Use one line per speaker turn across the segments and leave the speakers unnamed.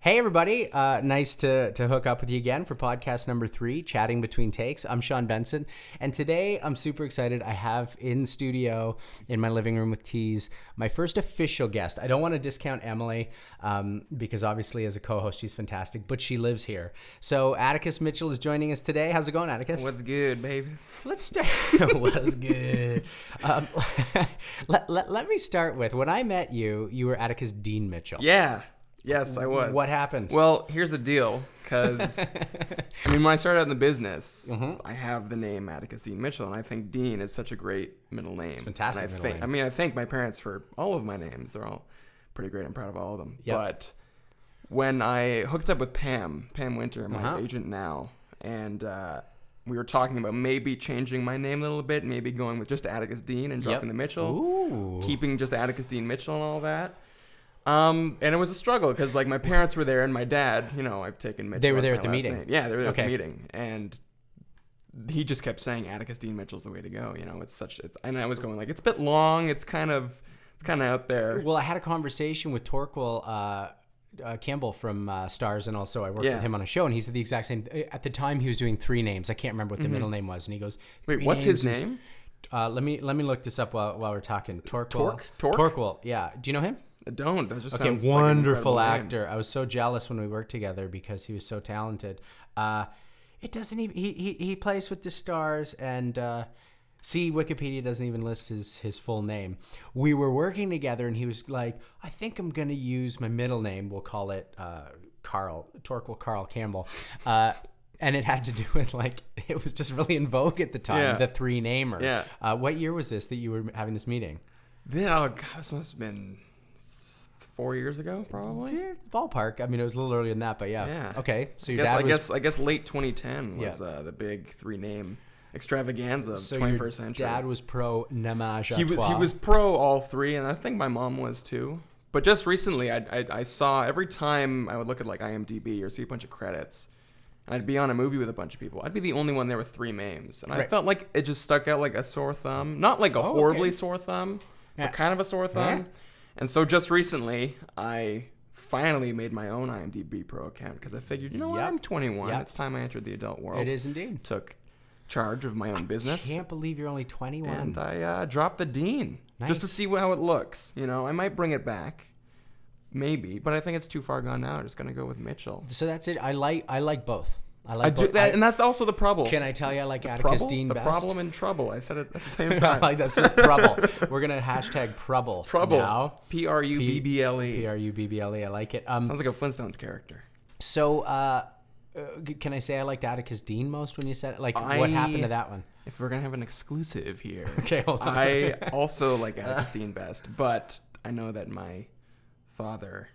Hey everybody! Uh, nice to to hook up with you again for podcast number three, chatting between takes. I'm Sean Benson, and today I'm super excited. I have in studio in my living room with Tees my first official guest. I don't want to discount Emily um, because obviously as a co-host she's fantastic, but she lives here. So Atticus Mitchell is joining us today. How's it going, Atticus?
What's good, baby?
Let's start. was good. Um, let, let, let me start with when I met you, you were Atticus Dean Mitchell.
Yeah. Yes, I was.
What happened?
Well, here's the deal. Because, I mean, when I started out in the business,
Mm-hmm.
I have the name Atticus Dean Mitchell, and I think Dean is such a great middle name. It's
fantastic
I
middle
think,
name.
I mean, I thank my parents for all of my names. They're all pretty great. I'm proud of all of them.
Yep.
But when I hooked up with Pam, Pam Winter, my
Uh-huh.
agent now, and uh, we were talking about maybe changing my name a little bit, maybe going with just Atticus Dean and dropping the Mitchell.
Ooh.
keeping just Atticus Dean Mitchell and all that. Um, and it was a struggle because like my parents were there and my dad, you know, I've taken Mitchell.
They were
that's
there
my
at the
last
meeting.
name. Yeah, they were there at
Okay.
the meeting, and he just kept saying Atticus Dean Mitchell's the way to go. You know, it's such. It's, and I was going like, it's a bit long. It's kind of, it's kind of out there.
Well, I had a conversation with Torquil uh, uh, Campbell from uh, Stars, and also I worked
Yeah.
with him on a show, and he said the exact same. uh, At the time, he was doing three names. I can't remember what the middle name was, and he goes,
Mm-hmm. Wait,
"Three
what's his
names is-"
name?
Uh, let me let me look this up while, while we're talking. Torquil.
Torque? Torque?
Torquil. Yeah. Do you know him?
I don't. That just
Okay,
sounds like an
wonderful
incredible name.
actor. I was so jealous when we worked together because he was so talented. Uh, it doesn't even he, he he plays with the stars and uh, see Wikipedia doesn't even list his his full name. We were working together and he was like, I think I'm gonna use my middle name. We'll call it uh, Carl Torquil Carl Campbell. Uh, and it had to do with like it was just really in vogue at the time
Yeah.
the three namer.
Yeah.
Uh, what year was this that you were having this meeting?
Yeah, oh god, this must have been s- four years ago, probably.
Yeah, it's ballpark. I mean, it was a little earlier than that, but yeah.
Yeah.
Okay. So your
guess,
dad
I
was
guess I guess late 2010
Yeah.
was uh, the big three name extravaganza of
so
21st
your
century.
dad was pro namage.
he was he was pro all three, and I think my mom was too. But just recently, I, I I saw every time I would look at like IMDb or see a bunch of credits, and I'd be on a movie with a bunch of people. I'd be the only one there with three names, and I
Right. Oh,
felt like it just stuck out like a sore thumb. Not like a horribly
okay.
sore thumb,
Yeah.
but kind of a sore thumb.
Yeah.
And so just recently, I finally made my own IMDb Pro account because I figured, you know what,
Yep.
I'm 21.
Yep.
It's time I entered the adult world.
It is indeed.
Took charge of my own business
Can't believe you're only 21.
and I uh, dropped the dean just to see what, how it looks. You know, I might bring it back, maybe, but I think it's too far gone now. I'm just gonna go with Mitchell.
so that's it. I like I like both. I like
I do
both.
that,
I-
and that's also the problem.
can I tell you I like Atticus
trouble?
Dean
the
best?
problem and trouble. I said it at the same
I
time.
like that's the trouble. We're gonna hashtag trouble.
trouble.
Now.
P R U B B L
P
E.
R U B B L E. I like it. Um.
Sounds like a Flintstones character.
So, uh, uh, g- can I say I liked Atticus Dean most when you said it? Like, what
I-
happened to that one?
If we're gonna have an exclusive here,
Okay, hold on.
I also like Atticus Dean best, but I know that my father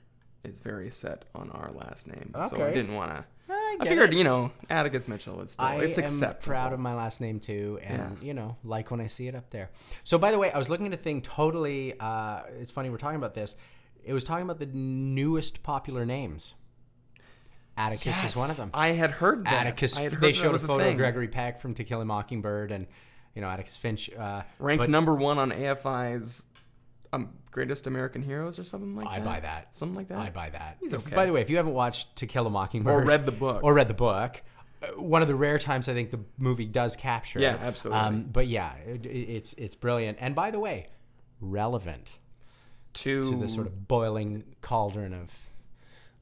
is very set on our last name, so I
Okay.
didn't want to.
I
I,
get
figured, you know, Atticus Mitchell is still.
I
it's
am
acceptable.
proud of my last name too, and you know, like when I see it up there. So, by the way, I was looking at a thing totally. Uh, it's funny we're talking about this. It was talking about the newest popular names. Atticus is one of
Yes,
them.
I had heard that.
Atticus.
I had heard
They
that
showed a
was
photo of
thing.
Gregory Peck from To Kill a Mockingbird, and you know Atticus Finch. Uh,
ranked
but
number one on AFI's um, Greatest American Heroes or something like
I
that.
buy that.
Something like that.
I buy that.
He's
If-
okay.
By the way, if you haven't watched To Kill a Mockingbird
Or read the book.
or read the book, uh, one of the rare times I think the movie does capture.
Yeah,
it.
absolutely.
Um, but yeah, it, it- it's it's brilliant. And by the way, relevant
to,
to the sort of boiling cauldern of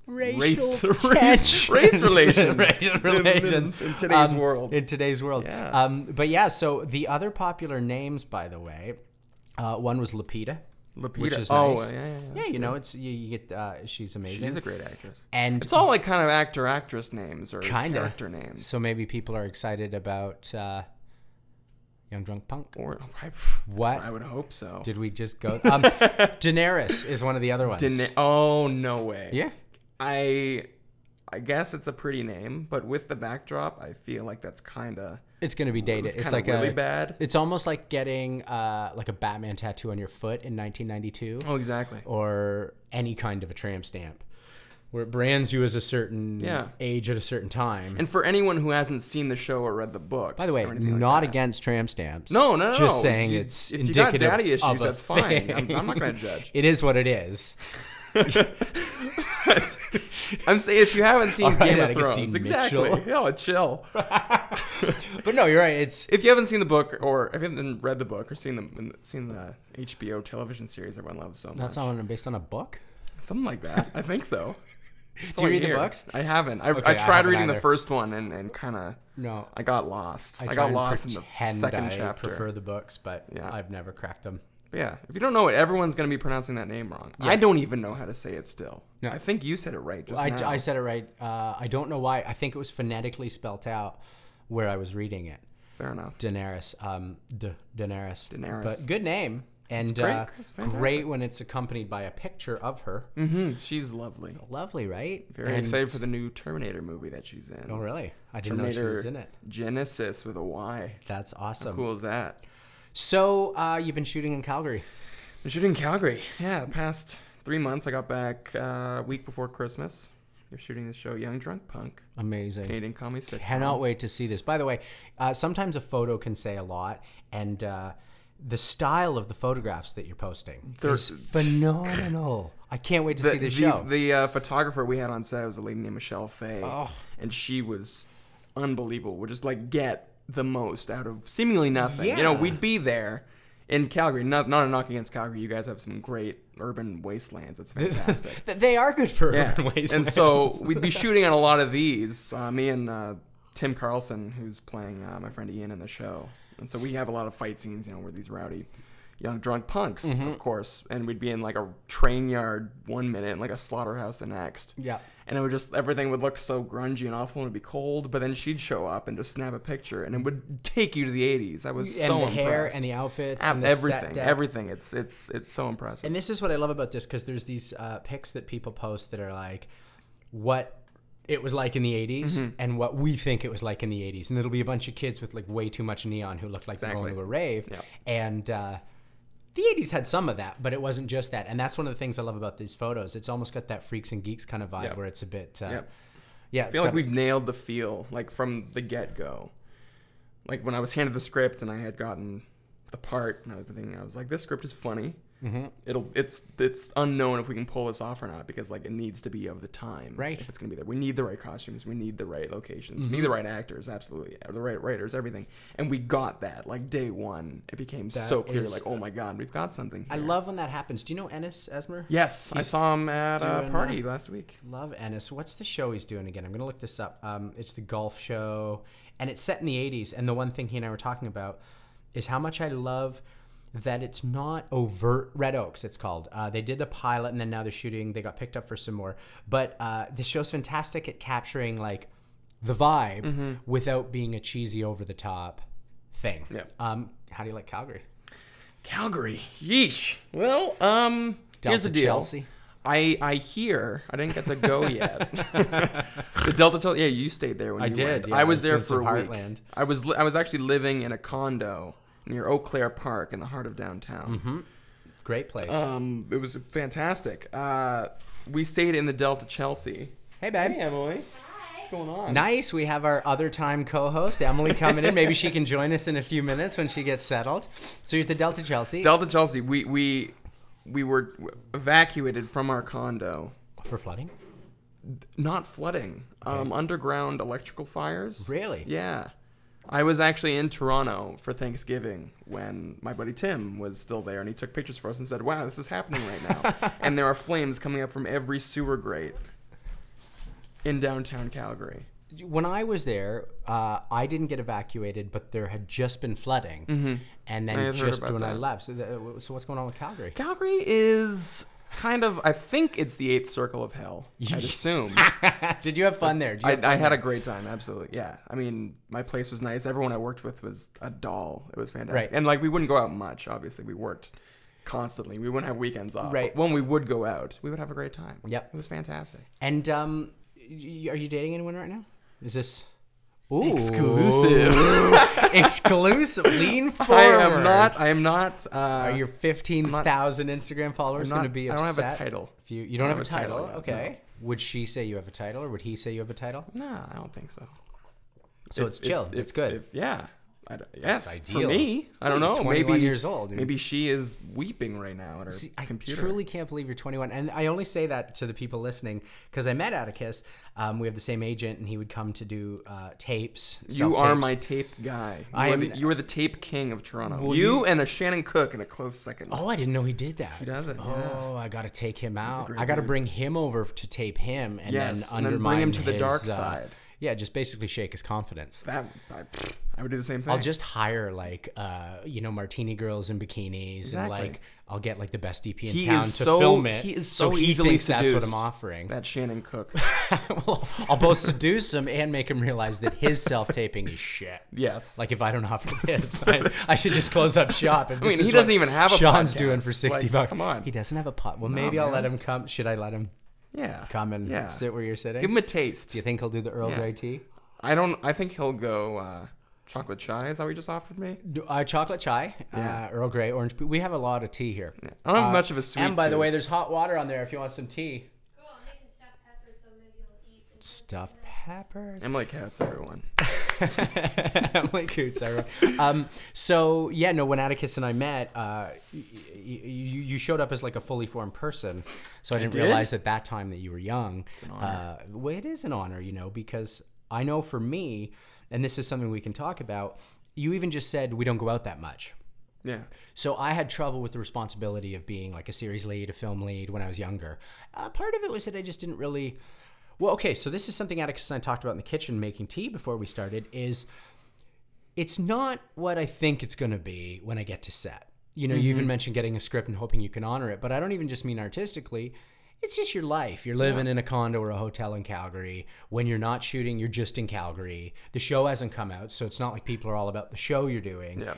Race-
racial
race-
tensions.
race relations.
racial
In- in-
relations
in today's
Um,
world.
In today's world.
Yeah.
Um, but yeah, so the other popular names, by the way, uh, one was Lapita.
Lupita.
Which is
oh,
nice.
yeah, yeah, yeah.
Yeah,
that's
you
good.
know, it's you, you get uh, she's amazing.
she's a great actress.
and
It's all like kind of actor actress names or
Kinda.
character names.
So maybe people are excited about uh, Young Drunk Punk.
Or I,
What?
I would hope so.
Did we just go? Um, Daenerys is one of the other ones.
Didn't- oh no way.
yeah.
I I guess it's a pretty name, but with the backdrop, I feel like that's kind of
It's gonna be dated.
it's,
It's,
kind of
like
really
a,
bad.
It's almost like getting uh, like a Batman tattoo on your foot in 1992,
oh, exactly.
or any kind of a tramp stamp, where it brands you as a certain
Yeah.
age at a certain time.
And for anyone who hasn't seen the show or read the books,
By the way,
or anything like
not
that-
against tramp stamps.
No, no, no.
Just saying
You-
it's
if you got
indicative
daddy issues,
of a
that's fine. I'm- I'm not
thing.
gonna judge.
It is what it is.
I'm saying if you haven't seen
All right,
Game of
Atticus
Thrones,
Dean
exactly.
Mitchell.
Hell, chill.
but no, you're right. It's
If you haven't seen the book, or if you haven't read the book, or seen the seen the HBO television series everyone loves so much,
that's on based on a book.
something like that. I think so. It's
Do you
right
read the
here.
books?
I haven't. I,
Okay,
I
I
tried
haven't
reading
either.
the first one and, and kind of
No,
I got lost. I,
try
got
and
lost in the
pretend
second
I
chapter.
Prefer the books, but
Yeah.
I've never cracked them.
But yeah, if you don't know it, everyone's gonna be pronouncing that name wrong. I don't even know how to say it still.
No.
I think you said it right just
I,
now.
I said it right. Uh, I don't know why. I think it was phonetically spelt out where I was reading it.
Fair enough.
Daenerys. Um, D- Daenerys.
Daenerys.
But good name and
great.
uh,
It's fantastic.
great when it's accompanied by a picture of her.
hmm She's lovely.
Lovely, right?
Very
And-
excited for the new Terminator movie that she's in.
Oh, really? I didn't know
Terminator
she was in it. Mm.
Genesis with a Y.
That's awesome.
Cool as that.
So uh, you've been shooting in Calgary.
Been shooting in Calgary. Yeah, the past three months. I got back uh, week before Christmas. You're shooting the show Young Drunk Punk,
Amazing.
Canadian comedy sitcom.
Cannot wait to see this. By the way, uh, sometimes a photo can say a lot, and uh, the style of the photographs that you're posting
They're-
is phenomenal. I can't wait to see
the,
this
the-
show.
the, uh, photographer we had on set was a lady named Michelle Fay,
Oh.
and she was unbelievable. Would just like get the most out of seemingly nothing. You know,
Yeah.
we'd be there in Calgary. Not not a knock against Calgary. You guys have some great urban wastelands. That's fantastic.
Th- they are good for
Yeah.
urban wastelands.
And so we'd be shooting on a lot of these. Uh, me and uh, Tim Carlson, who's playing uh, my friend Ian in the show, and so we have a lot of fight scenes. You know, where these rowdy, young drunk punks,
Mm-hmm.
of course, and we'd be in like a train yard one minute, and like a slaughterhouse the next.
Yeah.
And it would just everything would look so grungy and awful, and it'd be cold. But then she'd show up and just snap a picture, and it would take you to the '80s. I was
and
so
the
impressed.
hair and the outfits
Ab-
and the set
everything,
deck.
everything. It's it's it's so impressive.
And this is what I love about this because there's these uh, pics that people post that are like, what it was like in the 80s
Mm-hmm.
and what we think it was like in the 80s. And it'll be a bunch of kids with like way too much neon who look like they're
Exactly.
going to a rave.
Yep.
And uh, the 80s had some of that, but it wasn't just that. And that's one of the things I love about these photos. It's almost got that freaks and geeks kind of vibe
Yep.
where it's a bit. Uh,
Yep.
Yeah, it's
I feel like
got-
we've nailed the feel, like from the get go. Like when I was handed the script and I had gotten the part and everything, I was like, "This script is funny. Mm-hmm. It'll it's it's unknown if we can pull this off or not because like it needs to be of the time.
Right. Mm-hmm.
If it's gonna be there, we need the right costumes, we need the right locations, we need the right actors, absolutely, the right writers, everything. And we got that like day one. It became so clear,
is-
like, oh my god, we've got something.
I
here."
love when that happens. Do you know Ennis Esmer?
Yes, I saw him at a
doing,
party last week.
Love Ennis. What's the show he's doing again? I'm gonna look this up. Um, it's the golf show, and it's set in the '80s. And the one thing he and I were talking about is how much I love that it's not overt. Red Oaks, it's called. Uh, they did a pilot, and then now they're shooting. They got picked up for some more. But uh, the show's fantastic at capturing like the vibe without being a cheesy, over the top thing.
Yeah.
Um, how do you like Calgary?
Calgary. Yeesh. Well, um, here's
Delta
the deal.
Chelsea.
I I hear I didn't get to go yet. the Delta Chelsea. Yeah, you stayed there when I you
did,
went.
yeah,
I was
I
there
did
for a
some
week.
Heartland.
I was li- I was actually living in a condo near Eau Claire Park in the heart of downtown.
Great place.
Um, it was fantastic. Uh, we stayed in the Delta Chelsea.
hey, babe.
Emily. What's going on?
Nice. We have our other time co-host Emily coming in. Maybe she can join us in a few minutes when she gets settled. So you're at the Delta Chelsea
Delta Chelsea. We we we were evacuated from our condo.
for flooding.
Not flooding. Um, underground electrical fires.
Really?
Yeah. I was actually in Toronto for Thanksgiving when my buddy Tim was still there and he took pictures for us and said, Wow, this is happening right now. and there are flames coming up from every sewer grate in downtown Calgary.
When I was there, uh, I didn't get evacuated, but there had just been flooding, and
Mm-hmm. I had
then
heard
just
about
when I
that.
left. So, the, uh, so what's going on with Calgary?
Calgary is kind of, I think it's the eighth circle of hell, I'd assume.
Did you have fun there? Did you
I,
have
I had a great time, absolutely. Yeah. I mean, my place was nice. Everyone I worked with was a doll. It was fantastic.
Right.
And, like, we wouldn't go out much, obviously. We worked constantly. We wouldn't have weekends off.
Right.
But when we would go out, we would have a great time.
Yep.
It was fantastic.
and um, y- are you dating anyone right now? Is this Ooh. exclusive? Lean forward.
I am not. I am not. Uh,
Are your fifteen thousand Instagram followers
not-
going to be
I
upset?
don't have a title.
If you you don't have,
have
a
a title
title,
yet,
okay. Would she say you have a title, or would he say you have a title?
Nah, I don't think so.
So it's chill.
If-
it's good.
if- yeah. I d yes,
That's
for
ideal.
me. I don't know.
21
Maybe
years old. I mean-
Maybe she is weeping right now at her
See, I
computer.
truly can't believe you're 21. And I only say that to the people listening because I met Atticus. Um, we have the same agent, and he would come to do uh, tapes.
you are
self-tapes.
my tape guy. You,
I
are
am-
the, you are the tape king of Toronto.
Well,
you, and a Shannon Cook in a close second.
Oh, I didn't know he did that. He
does it,
Oh, I got to take him out.
great
I got to
dude.
bring him over to tape him, and
Yes,
then
and then
undermine
bring him to the
his,
dark
uh,
side.
yeah, just basically shake his confidence.
That I, I would do the same thing.
I'll just hire like uh, you know martini girls in bikinis, and
Exactly.
like I'll get like the best DP in
He
town to
is so-
film it.
he is so
he
easily
thinks that's what I'm
seduced.
offering.
that Shannon Cook.
well, I'll both seduce him and make him realize that his self taping is shit.
Yes.
Like if I don't offer this, I, I should just close up shop. And
I mean,
this
he
is
doesn't
what
even have a
Sean's
podcast.
doing for sixty
Like,
bucks.
come on.
he doesn't have a pot. Well, maybe I'll let him come. Should I let him
yeah.
come and
yeah.
sit where you're sitting?
Give him a taste.
Do you think he'll do the Earl
Yeah.
Grey tea?
I don't. I think he'll go uh, chocolate chai. Is that what you just offered me?
Do- Uh, chocolate chai,
Yeah.
uh, Earl Grey, orange. We have a lot of tea here.
I don't have much of a sweet.
Uh, and by the way,
tooth.
there's hot water on there if you want some tea.
Cool, I'm making stuffed peppers, so maybe you'll eat. instead of
Stuffed
tonight.
peppers.
Emily Katz, everyone.
Emily Coots, everyone. Um, so yeah, no. When Atticus and I met, uh, y- y- you, you showed up as like a fully formed person. So I didn't
did?
realize at that time that you were young. It's an honor. Uh, well, it is an honor, you know, because I know for me, and this is something we can talk about. You even just said we don't go out that much.
Yeah.
So I had trouble with the responsibility of being like a series lead, a film lead when I was younger. Uh, part of it was that I just didn't really. Well, okay, so this is something Atticus and I talked about in the kitchen making tea before we started. Is it's not what I think it's going to be when I get to set. You know, you even mentioned getting a script and hoping you can honor it, but I don't even just mean artistically. It's just your life. You're living in a condo or a hotel in Calgary. When you're not shooting, you're just in Calgary. The show hasn't come out, so it's not like people are all about the show you're doing
Yeah.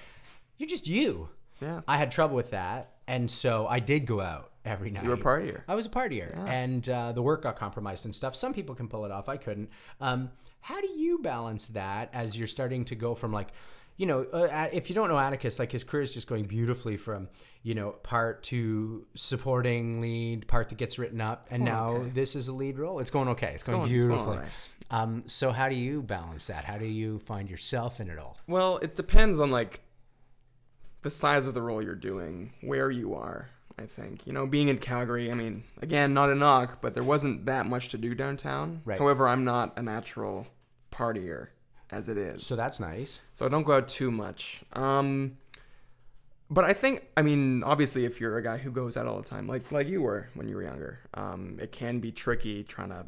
you're just you.
Yeah.
I had trouble with that, and so I did go out every night. You
were a partier.
I was a partier, and uh, the work got compromised and stuff. Some people can pull it off. I couldn't. Um, how do you balance that as you're starting to go from like, you know, uh, at- if you don't know Atticus, like his career is just going beautifully from you know part to supporting lead, part that gets written up, and now this is a lead role. It's going okay. It's, going,
going- it's going
beautifully.
all right.
um, so how do you balance that? How do you find yourself in it all?
Well, it depends on like the size of the role you're doing, where you are. I think you know, being in Calgary. I mean, again, not a knock, but there wasn't that much to do downtown.
Right.
However, I'm not a natural partier as it is.
So that's nice.
so I don't go out too much. Um, but I think, I mean, obviously, if you're a guy who goes out all the time, like like you were when you were younger, um, it can be tricky trying to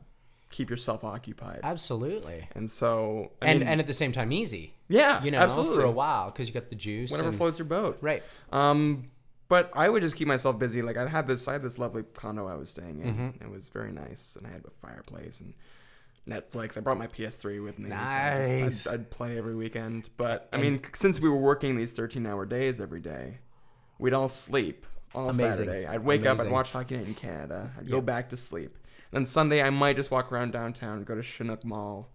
keep yourself occupied.
Absolutely.
And so, I
and
mean,
and at the same time easy.
yeah,
You know,
absolutely.
for a while because you got the juice.
whatever
and-
floats your boat.
Right.
Um, but I would just keep myself busy. Like I had this, I had this lovely condo I was staying in.
Mm-hmm.
It was very nice, and I had a fireplace and Netflix. I brought my PS3 with me. so I just-
Nice.
I'd, I'd play every weekend. But I mean, c- since we were working these thirteen-hour days every day, we'd all sleep all
Amazing.
Saturday. I'd wake up, I'd
Amazing.
watch Hockey Night in Canada, I'd go back to sleep. And then Sunday, I might just walk around downtown, go to Chinook Mall,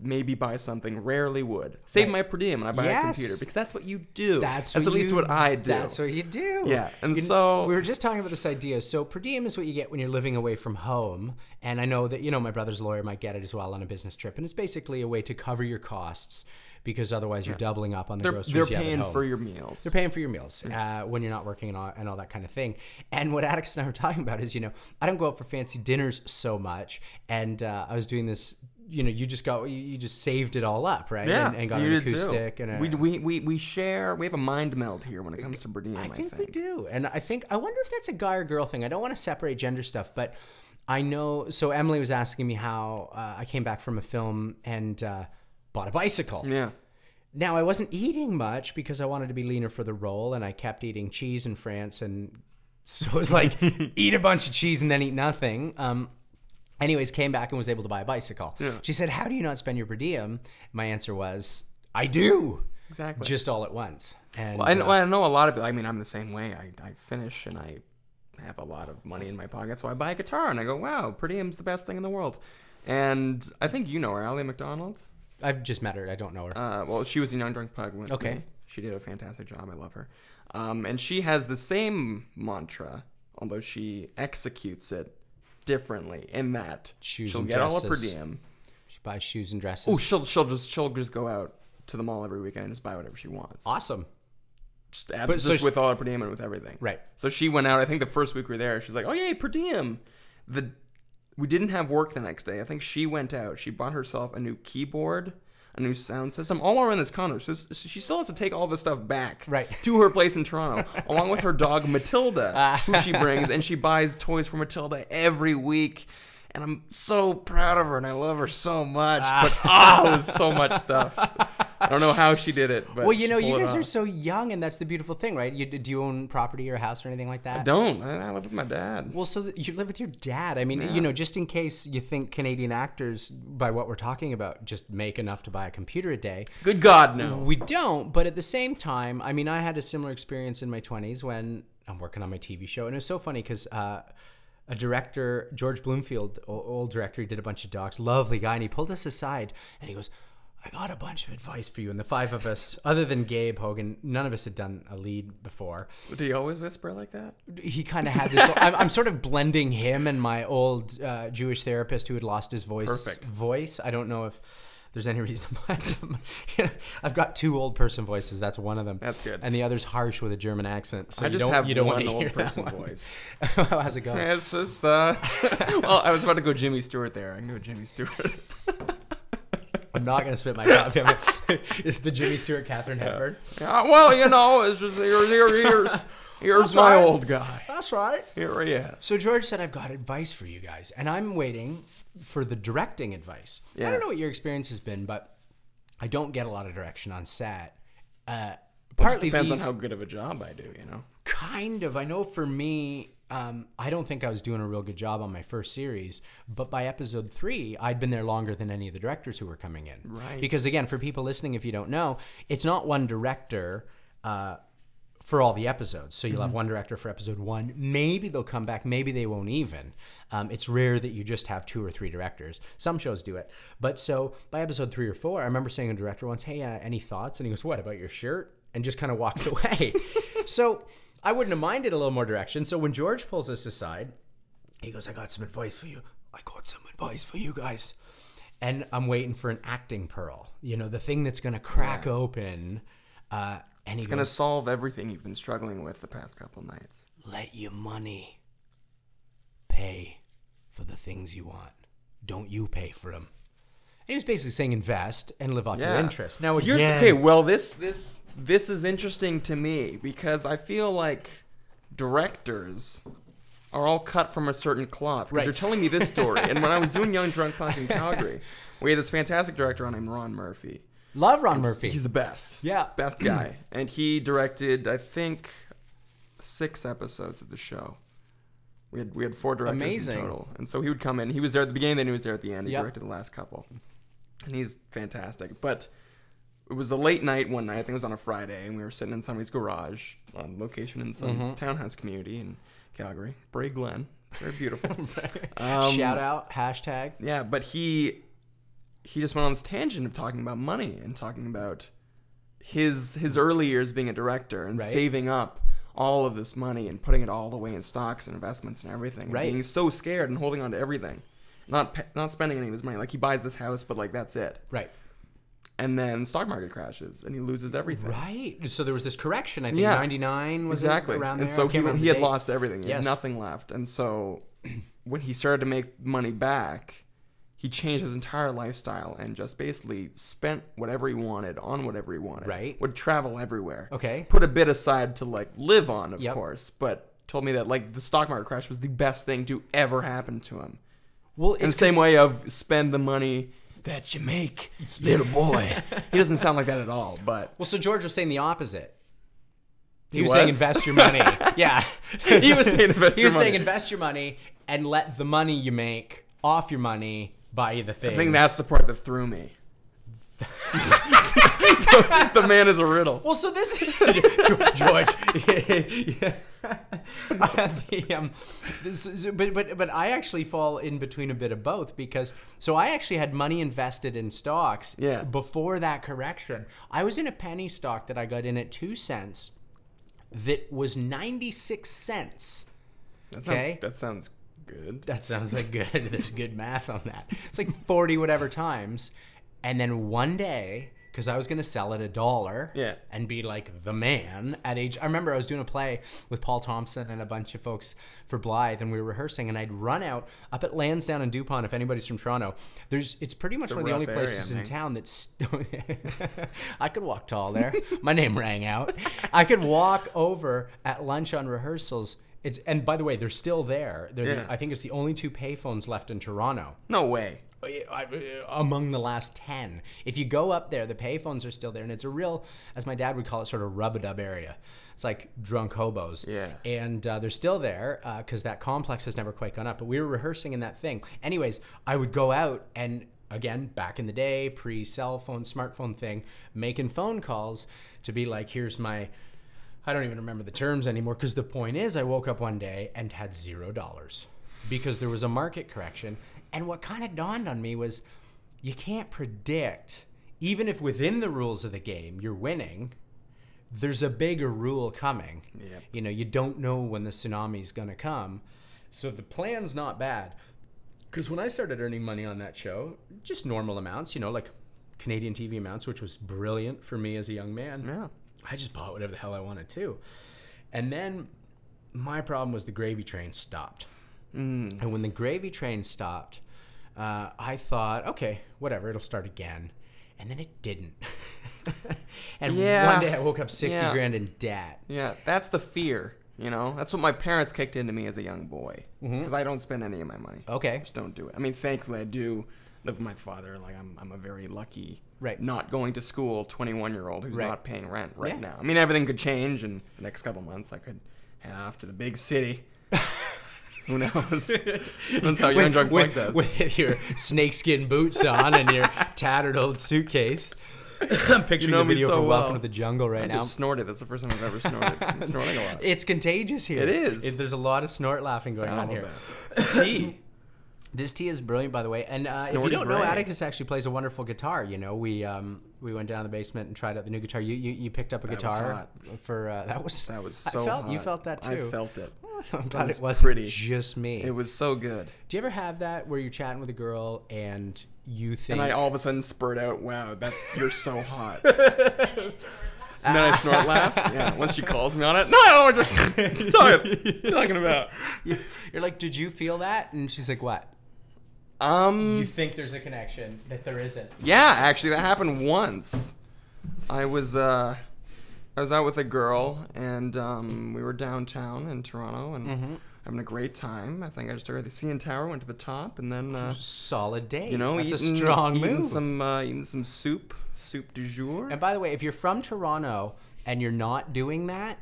maybe buy something. Rarely would save
Right.
my per diem, and I buy a computer
Yes.
because that's what you do.
That's,
at least
you-
what I do.
That's what you do.
Yeah, and
You-
so-
we were just talking about this idea. So per diem is what you get when you're living away from home, and I know that you know my brother's lawyer might get it as well on a business trip, and it's basically a way to cover your costs because otherwise you're doubling up on the
they're
groceries.
they're
you have at
paying
home.
for your meals.
They're paying for your meals uh, when you're not working and all, and all that kind of thing. And what Atticus and I were talking about is, you know, I don't go out for fancy dinners so much. And uh, I was doing this, you know, you just got, you- you just saved it all up, right?
yeah,
And, and got
you
an
do too.
acoustic. And a,
we, we, we, we share. We have a mind meld here when it comes to per diem. I
I think, we do. And I think, I wonder if that's a guy or girl thing. I don't want to separate gender stuff, but I know. So Emily was asking me how uh, I came back from a film and uh, bought a bicycle.
Yeah.
Now I wasn't eating much because I wanted to be leaner for the role, and I kept eating cheese in France, and so it was like eat a bunch of cheese and then eat nothing. Um, anyways, came back and was able to buy a bicycle. She said, "How do you not spend your per diem?" My answer was, "I do."
Exactly.
Just all at once. And
I know,
uh,
I know a lot of it. I mean, I'm the same way. I, I finish and I have a lot of money in my pocket, so I buy a guitar and I go, wow, per diem's the best thing in the world. And I think you know her, Ally McDonald.
I've just met her. I don't know her.
Uh, well, she was in Young Drunk Pug with
Okay.
me. She did a fantastic job. I love her. Um, and she has the same mantra, although she executes it differently. In that
Shoes
she'll
and
get all a per
dresses.
diem.
she buys shoes and dresses.
Oh, she'll she'll just she'll just go out to the mall every weekend and just buy whatever she wants.
Awesome.
Just, ab-
But
just
so she-
with all her per diem and with everything.
Right.
So she went out. I think the first week we were there, she's like, "Oh yay, per diem." The we didn't have work the next day. I think she went out. She bought herself a new keyboard, a new sound system, all around this condo. So so she still has to take all this stuff back
Right.
to her place in Toronto, along with her dog
Ah.
Matilda, who she brings, and she buys toys for Matilda every week. And I'm so proud of her, and I love her so much. But ah, it was so much stuff. I don't know how she did it, but
Well, you
she
know, you
pulled it
guys are
off.
so young, and that's the beautiful thing, right? You, do you own property or a house or anything like that?
I don't. I, I live with my dad.
Well, so that you live with your dad. I mean, you know, just in case you think Canadian actors, by what we're talking about, just make enough to buy a computer a day.
Good God, no.
We don't, but at the same time, I mean, I had a similar experience in my 20s when I'm working on my TV show. And it was so funny because uh, a director, George Bloomfield, o- old director, he did a bunch of docs, lovely guy. And he pulled us aside and he goes, I got a bunch of advice for you. And the five of us, other than Gabe Hogan, none of us had done a lead before
Do you always whisper like that?
he kind of had this. I'm, I'm sort of blending him and my old uh, Jewish therapist who had lost his voice.
Perfect.
Voice. I don't know if there's any reason to blend them. You know, I've got two old person voices. That's one of them.
That's good.
And the other's harsh with a German accent. So
I
you
just
don't,
have
you don't
one
wanna
old
hear that
person
one.
voice.
How's it going?
It's just uh, well, I was about to go Jimmy Stewart there. I can go Jimmy Stewart.
I'm not gonna spit my coffee. I'm gonna- it's the Jimmy Stewart, Catherine Hepburn.
Yeah, well, you know, it's just here, here, here's, here's my
right.
old guy.
That's right.
Here he is.
So George said, "I've got advice for you guys," and I'm waiting for the directing advice. I
Yeah.
don't know what your experience has been, but I don't get a lot of direction on set. Uh,
Well, it
partly
depends
these-
on how good of a job I do, you know.
kind of. I know for me, um, I don't think I was doing a real good job on my first series, but by episode three, I'd been there longer than any of the directors who were coming in.
Right.
Because again, for people listening, if you don't know, it's not one director. Uh, for all the episodes. So you'll
Mm-hmm.
have one director for episode one. Maybe they'll come back. Maybe they won't even. Um, it's rare that you just have two or three directors. Some shows do it. But so by episode three or four, I remember saying to a director once, Hey, uh, any thoughts? And he goes, What about your shirt? And just kind of walks away. so I wouldn't have minded a little more direction. So when George pulls us aside, he goes, I got some advice for you. I got some advice for you guys. And I'm waiting for an acting pearl, you know, the thing that's going to crack open. Uh, and he's
It's gonna solve everything you've been struggling with the past couple nights.
let your money pay for the things you want. Don't you pay for them. And he was basically saying invest and live off your interest. Now,
Here's-
again,
okay. Well, this this this is interesting to me because I feel like directors are all cut from a certain cloth. Because
Right.
you're telling me this story, and when I was doing Young Drunk Punk in Calgary, we had this fantastic director on named Ron Murphy.
love Ron Murphy.
He's the best.
Yeah.
best guy. and he directed, I think, six episodes of the show. We had we had four directors
Amazing.
in total, and so he would come in. He was there at the beginning, then he was there at the end. He
Yep.
directed the last couple, and he's fantastic. But it was a late night one night. I think it was on a Friday, and we were sitting in somebody's garage on location in some
Mm-hmm.
townhouse community in Calgary, Bray Glen. Very beautiful. Um,
Shout out, hashtag.
yeah, but he he just went on this tangent of talking about money and talking about his his early years being a director and
Right.
saving up all of this money and putting it all away in stocks and investments and everything. and
Right.
being so scared and holding on to everything. Not pa- not spending any of his money. Like he buys this house, but like that's it.
Right.
And then stock market crashes and he loses everything.
Right. So there was this correction. I think
Yeah.
99 was it,
exactly
around there.
and
I
so
can't
he,
remember
he
the
had
date.
lost everything he
Yes.
had nothing left and so when he started to make money back he changed his entire lifestyle and just basically spent whatever he wanted on whatever he wanted
Right.
would travel everywhere
Okay.
put a bit aside to like live on of
Yep.
course but told me that like the stock market crash was the best thing to ever happen to him
Well,
in the
it's
same
'cause-
way of spend the money that you make little boy he doesn't sound like that at all but
Well, so George was saying the opposite. He,
He
was, saying
was?
invest your money. yeah.
He was saying invest
He
your
was saying
money.
invest your money and let the money you make off your money buy you the thing.
I think that's the part that threw me. the, man is a riddle.
Well, so this is George. Yeah. Uh, the, um, this is- but but but I actually fall in between a bit of both because so I actually had money invested in stocks
Yeah.
before that correction. I was in a penny stock that I got in at two cents that was ninety six cents.
That sounds,
Okay.
that sounds good.
That sounds like good. There's good math on that. It's like 40 whatever times. And then one day, because I was gonna sell at a dollar.
Yeah.
And be like the man at age. I remember I was doing a play with Paul Thompson and a bunch of folks for Blythe, and we were rehearsing, and I'd run out up at Lansdowne and Dupont. If anybody's from Toronto, there's it's pretty much
a
one of the only
rough area,
places in
man.
town that's. St- I could walk tall there. My name rang out. I could walk over at lunch on rehearsals. It's, and by the way, they're still there. They're
Yeah.
the, I think it's the only two payphones left in Toronto.
No way.
I- I- among the last 10. If you go up there, the payphones are still there, and it's a real, as my dad would call it, sort of rub a dub area. It's like drunk hobos.
Yeah.
And uh, they're still there because that complex has never quite gone up, but we were rehearsing in that thing. Anyways, I would go out and Again, back in the day, pre cell phone, smartphone thing, making phone calls to be like, here's my, I don't even remember the terms anymore. Because the point is, I woke up one day and had zero dollars because there was a market correction. And what kind of dawned on me was you can't predict, even if within the rules of the game you're winning, there's a bigger rule coming.
Yep.
You know, you don't know when the tsunami's going to come. So the plan's not bad. Because when I started earning money on that show, just normal amounts, you know, like Canadian TV amounts, which was brilliant for me as a young man.
Yeah.
I just bought whatever the hell I wanted to. And then my problem was the gravy train stopped.
Mm.
And when the gravy train stopped, uh, I thought, okay, whatever, it'll start again. And then it didn't. and
Yeah.
one day I woke up 60
Yeah.
grand in debt.
Yeah, that's the fear. You know, that's what my parents kicked into me as a young boy because
Mm-hmm.
I don't spend any of my money.
Okay.
just don't do it. I mean, thankfully, I do live with my father. Like, I'm, I'm a very lucky,
Right.
not going to school 21 year old who's
Right.
not paying rent right
Yeah.
now. I mean, everything could change in the next couple months. I could head off to the big city. Who knows? That's how young drunk
with,
Mike does.
with your snakeskin boots on and your tattered old suitcase. I'm picturing
know
the
me
video
so
for Welcome
well.
to the Jungle right
I
now.
just snorted. That's the first time I've ever snorted. I'm snorting a lot.
It's contagious here.
It is.
there's a lot of snort laughing going
All
on
of
here.
that.
tea. This tea is brilliant, by the way. And uh, if you
Snorty
don't know,
Gray.
Atticus actually plays a wonderful guitar. You know, we um, we went down in the basement and tried out the new guitar. You you, you picked up a
That was
guitar
hot.
for uh, that was
That was
I
so
felt- You
hot.
felt that too.
I felt it.
I'm
That
glad
was
it wasn't
pretty.
just me.
It was so good.
Do you ever have that where you're chatting with a girl and you think
And I all of a sudden spurt out, "Wow, that's you're so hot."
That's
And then I snort laugh. Yeah, once she calls me on it, no, I don't want to. Sorry, what you talking about.
you're like, did you feel that? And she's like, what? You
Um,
think there's a connection that there isn't.
yeah, actually, that happened once. I was uh, I was out with a girl, and um, we were downtown in Toronto, and
Mm-hmm.
having a great time. I think I just took her to the CN Tower, went to the top, and then uh,
Solid day.
you know,
that's
eating,
a strong
eating
move.
some uh, eating some soup, soup du jour.
And by the way, if you're from Toronto and you're not doing that,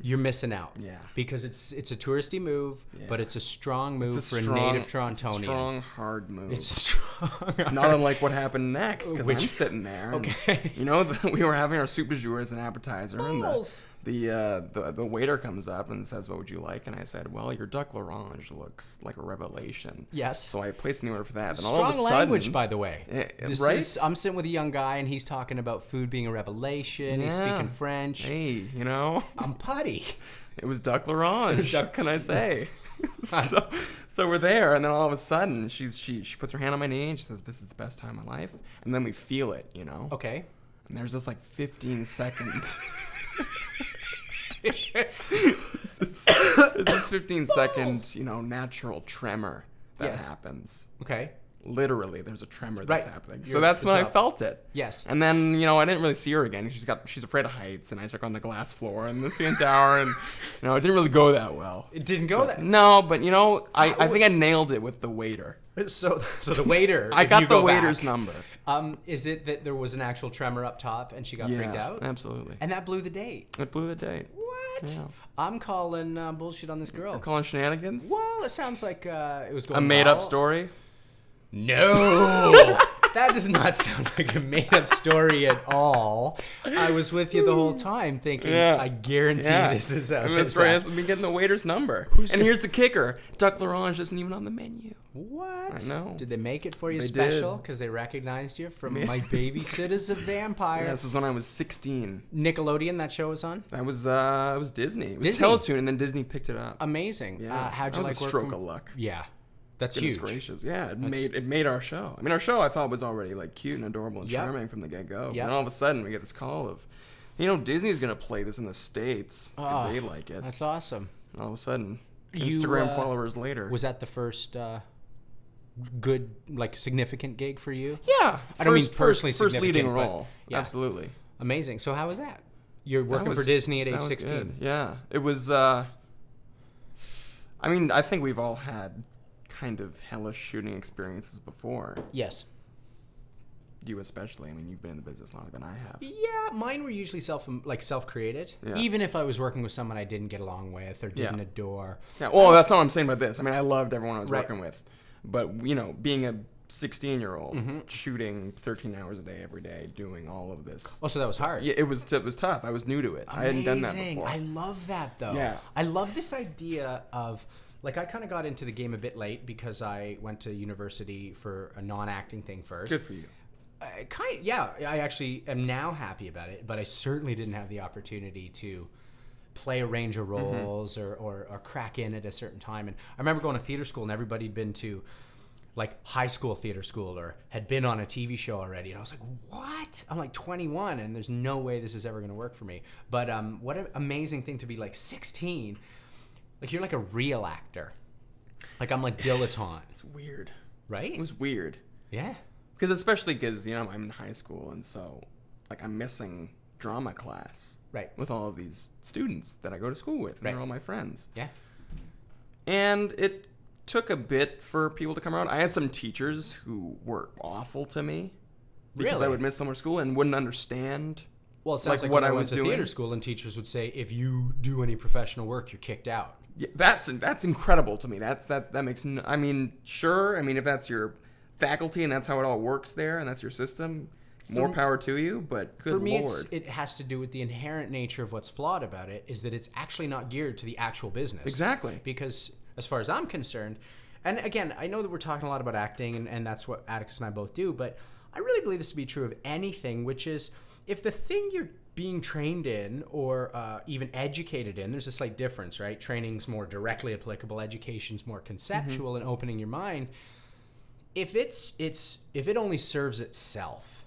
you're missing out.
Yeah.
Because it's it's a touristy move, but it's a strong move
It's
for a native
it's a
Torontonian.
strong hard move.
It's strong.
Not unlike what happened next, because I'm
Which-
sitting there. and,
Okay.
you know, the, we were having our soup du jour as an appetizer,
Balls.
and the the, uh, the the waiter comes up and says, "What would you like?" And I said, "Well, your duck l'orange looks like a revelation."
Yes.
So I placed an order for that. Then all
strong
of a sudden,
language, by the way.
Eh, eh,
This
right?
is- I'm sitting with a young guy and he's talking about food being a revelation. He's
Yeah.
speaking French.
Hey, you know,
I'm putty.
it was duck l'orange.
duck-
what can I say? so, so we're there, and then all of a sudden, she's she she puts her hand on my knee and she says, "This is the best time of my life." And then we feel it, you know.
Okay.
And there's this like 15 seconds. there's this 15 seconds, you know, natural tremor that
Yes.
happens.
Okay.
Literally, there's a tremor that's
Right.
happening. so
You're-
that's when
it's
I
up.
felt it.
Yes.
And then, you know, I didn't really see her again. She's got she's afraid of heights and I took her on the glass floor and the CN Tower and you know, it didn't really go that well.
It didn't go that.
No, but you know, I, I think I nailed it with the waiter.
So, so the waiter.
I
if you
got the
go back,
waiter's number.
Um, is it that there was an actual tremor up top and she got freaked out?
Absolutely.
And that blew the date.
It blew the date.
What?
Um, Yeah.
I'm calling uh, bullshit on this girl.
Calling shenanigans?
well, it sounds like uh, it was going
A made up
well.
story?
No, that does not sound like a made up story at all. I was with you the whole time, thinking
Yeah.
I guarantee
Yeah.
this is
I
a
mean, that's
this
right.
is
That's me getting the waiter's number. and
gonna-
here's the kicker: Duck L'Orange isn't even on the menu.
a- what?
I know.
Did they make it for you
They did.
special because they recognized you from My Babysitter's a Vampire?
Yeah, this was when I was 16.
Nickelodeon. That show was on.
That was uh, it was Disney. It was
Disney.
Teletoon, and then Disney picked it up.
Amazing.
yeah,
Uh, how'd
that
you
was
like
a stroke
working?
of luck.
Yeah. That's
Goodness
huge.
gracious! Yeah, it made it made our show. I mean, our show I thought was already like cute and adorable and
Yep.
charming from the get go.
Yep.
And all of a sudden we get this call of, you know, Disney's gonna play this in the states because
Oh,
they like it.
That's awesome.
And all of a sudden,
You,
Instagram
uh,
followers later.
Was that the first uh, good, like, significant gig for you?
yeah,
I don't mean
first,
personally
first, first leading
significant, but-
role.
yeah.
Absolutely.
Amazing. So how was that? You're
That
working for
was-
Disney at
that
age
was
16.
good. Yeah, it was. uh I mean, I think we've all had kind of hellish shooting experiences before.
Yes.
You especially. I mean, you've been in the business longer than I have.
Yeah, mine were usually self like self created.
Yeah.
Even if I was working with someone I didn't get along with or didn't
Yeah.
adore.
Yeah, well, that's all I'm saying about this. I mean, I loved everyone I was
Right.
working with, but you know, being a 16 year old
Mm-hmm.
shooting 13 hours a day every day, doing all of this.
Oh, so that was hard.
Yeah, it was it was tough. I was new to it. I hadn't done that
Amazing.
before.
I love that though.
Yeah.
I love this idea of like I kind of got into the game a bit late because I went to university for a non-acting thing first.
Good for you.
I kind yeah, I actually am now happy about it, but I certainly didn't have the opportunity to play a range of
Mm-hmm.
roles or, or, or crack in at a certain time. And I remember going to theater school and everybody'd been to like high school theater school or had been on a TV show already. And I was like, what? I'm like 21 and there's no way this is ever going to work for me. But um, what an amazing thing to be like 16. Like you're like a real actor. Like I'm like dilettante,
It's weird. It
right?
was weird
Yeah.
because especially because you know I'm in high school and so like I'm missing drama class
Right.
with all of these students that I go to school with. And
Right.
They're all my friends.
Yeah.
and it took a bit for people to come around. I had some teachers who were awful to me because I
Really?
would miss so much school and wouldn't understand.
Well, it sounds
like
like,
what
when
I
I went
was
to
doing.
theater school, and teachers would say, if you do any professional work, you're kicked out.
Yeah, that's that's incredible to me. That's that that makes. No, I mean, sure. I mean, if that's your faculty and that's how it all works there and that's your system, more power to you. But good
For me,
lord,
it's, it has to do with the inherent nature of what's flawed about it is that it's actually not geared to the actual business.
exactly.
Because as far as I'm concerned, and again, I know that we're talking a lot about acting, and, and that's what Atticus and I both do, but I really believe this to be true of anything, which is if the thing you're being trained in or uh, even educated in, there's a slight difference, right? Training's more directly applicable, education's more conceptual
Mm-hmm.
and opening your mind. if it's it's if it only serves itself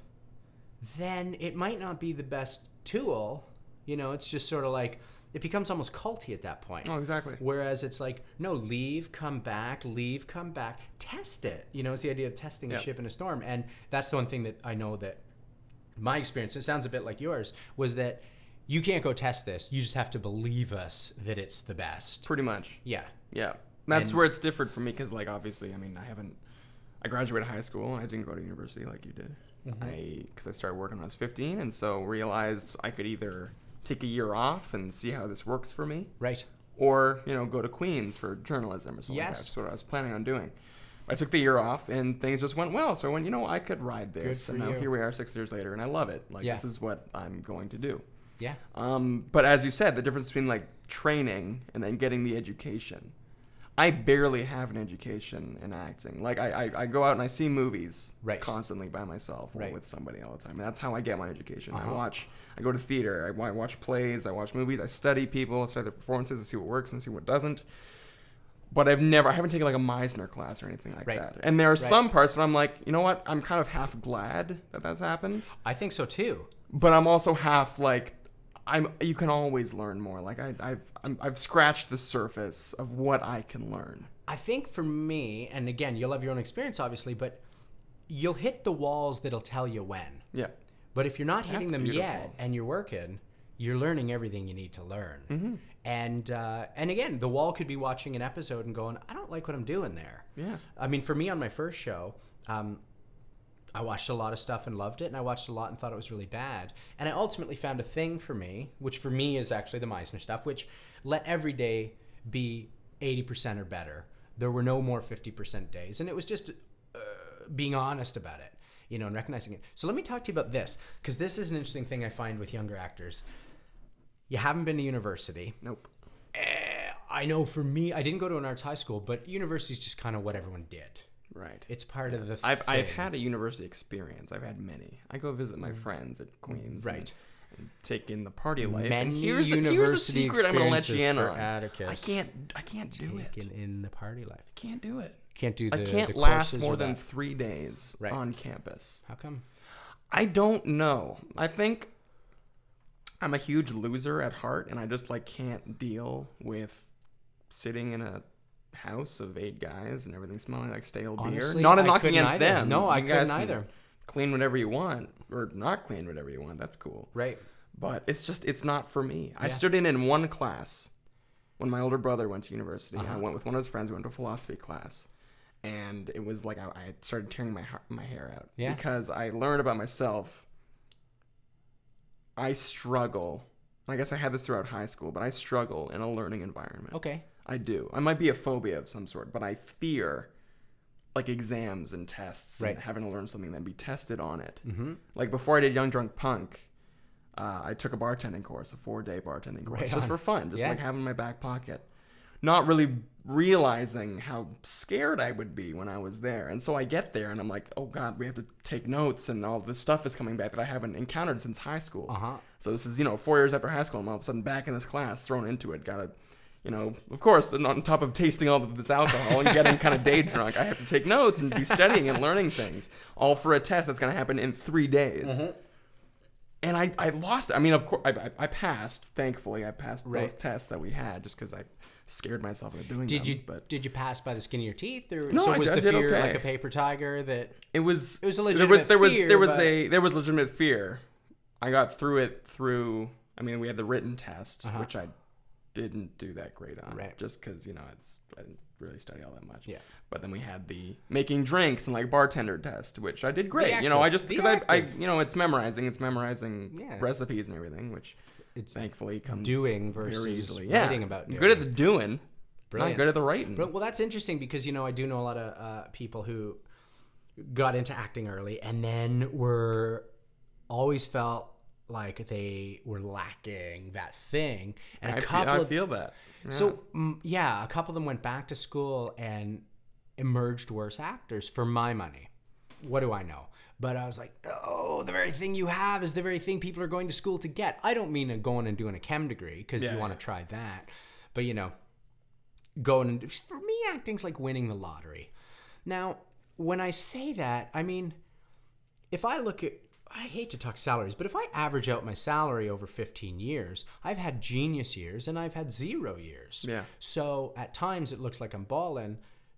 then it might not be the best tool you know it's just sort of like it becomes almost culty at that point
Oh, exactly.
whereas it's like no leave come back leave come back test it you know it's the idea of testing a
Yep.
ship in a storm and that's the one thing that i know that my experience it sounds a bit like yours was that you can't go test this you just have to believe us that it's the best
Pretty much.
yeah
Yeah, that's
And-
where it's different for me because, like, obviously, I mean, I haven't. I graduated high school and I didn't go to university like you did.
Mm-hmm.
I because I started working when I was 15, and so realized I could either take a year off and see how this works for me,
right
or you know, go to Queens for journalism or something. Like that.
Yes.
That's what I was planning on doing. I took the year off and things just went well. So I went, you know, I could ride this,
for
and now
you.
here we are six years later, and I love it. Like
Yeah.
this is what I'm going to do.
yeah
Um, but as you said, the difference between like training and then getting the education. I barely have an education in acting. Like I, I, I go out and I see movies
Right.
constantly by myself or
Right.
with somebody all the time. That's how I get my education. I
Uh-huh.
watch, I go to theater, I, wa- I watch plays, I watch movies, I study people, I study their performances, I see what works and see what doesn't. But I've never, I haven't taken like a Meisner class or anything like
Right.
that. And there are some parts where I'm like, you know what? I'm kind of half glad that that's happened
i think so too
but I'm also half like I'm. You can always learn more. Like I, I've I'm, I've scratched the surface of what I can learn.
I think for me, and again, you'll have your own experience, obviously, but you'll hit the walls that'll tell you when.
Yeah,
But if you're not hitting them
That's
yet
beautiful.
and you're working, you're learning everything you need to learn.
Mm-hmm.
And uh, and again, the wall could be watching an episode and going, I don't like what I'm doing there.
yeah.
I mean, for me on my first show, um, I watched a lot of stuff and loved it, and I watched a lot and thought it was really bad. And I ultimately found a thing for me, which for me is actually the Meisner stuff, which let every day be 80% or better. There were no more 50% days. And it was just uh, being honest about it, you know, and recognizing it. So let me talk to you about this, because this is an interesting thing I find with younger actors. You haven't been to university. Eh,
Nope.
I know for me, I didn't go to an arts high school, but university is just kind of what everyone did.
Right.
It's part of the.
I've I've
thing.
had a university experience. I've had many. I go visit my friends at Queens. and-
Right.
And, take in the party life.
Many
and here's a, here's a
university
secret I'm gonna let you
experiences
in
for
on. I
Atticus.
can't I can't do it.
taken in the party life.
Can't do it.
can't do the.
I
the
can't last
courses
more
or
than
that.
three days
Right.
on campus.
How come?
I don't know. I think I'm a huge loser at heart, and I just like can't deal with sitting in a house of eight guys and everything smelling like stale
Honestly,
beer. Not a
I
knock
couldn't
against
either.
them.
No, I
You guys
couldn't
can
either.
Clean whatever you want, or not clean whatever you want. That's cool.
Right.
But it's just it's not for me. I stood in in one class when my older brother went to university. I went with one of his friends. We went to a philosophy class, and it was like I, I started tearing my har- my hair out
Yeah.
because I learned about myself. I struggle. I guess I had this throughout high school, but I struggle in a learning environment.
Okay.
I do. I might be a phobia of some sort, but I fear like exams and tests
Right.
and having to learn something and be tested on it. Mm-hmm. Like before I did Young Drunk Punk, uh, I took a bartending course, a four day bartending course,
Right
just
on.
for fun, just
Yeah.
like having in my back pocket. Not really realizing how scared I would be when I was there. And so I get there and I'm like, oh God, we have to take notes and all this stuff is coming back that I haven't encountered since high school.
Uh-huh.
So this is, you know, four years after high school, I'm all of a sudden back in this class, thrown into it. Got to, you know, of course, and on top of tasting all of this alcohol and getting kind of day drunk, I have to take notes and be studying and learning things, all for a test that's going to happen in three days.
Mm-hmm.
And I, I lost. I mean, of course, I, I, I passed. Thankfully, I passed
Right.
both tests that we had just because I scared myself into doing
Did
them.
you
Um, But
did you pass by the skin of your teeth, or
No,
so
I
was
d- I
the
did
fear
okay.
like a paper tiger that?
it was
was a
there
legitimate
was there was
fear,
there was
but-
a there was legitimate fear. I got through it through. I mean, we had the written test, which I didn't do that great on,
Uh-huh. Right.
just because you know it's I didn't really study all that much.
Yeah.
But then we had the making drinks and like bartender test, which I did great. You know, I
active.
just
The
because I, I
active.
you know it's memorizing, it's memorizing
Yeah.
recipes and everything, which
It's
thankfully comes
doing
very
versus
easily.
writing about
I'm good
doing.
at the doing,
Brilliant.
not good at the writing.
But, well, that's interesting because you know I do know a lot of uh, people who got into acting early and then were always felt like they were lacking that thing, and a
I, feel,
couple
I
of
feel that.
So mm, yeah, a couple of them went back to school and emerged worse actors for my money. What do I know? But I was like, oh, the very thing you have is the very thing people are going to school to get. I don't mean going and doing a chem degree because
Yeah,
you want to try that, but you know, going and for me, acting's like winning the lottery. Now, when I say that, I mean if I look at I hate to talk salaries, but if I average out my salary over 15 years, I've had genius years and I've had zero years.
Yeah.
So at times it looks like I'm balling,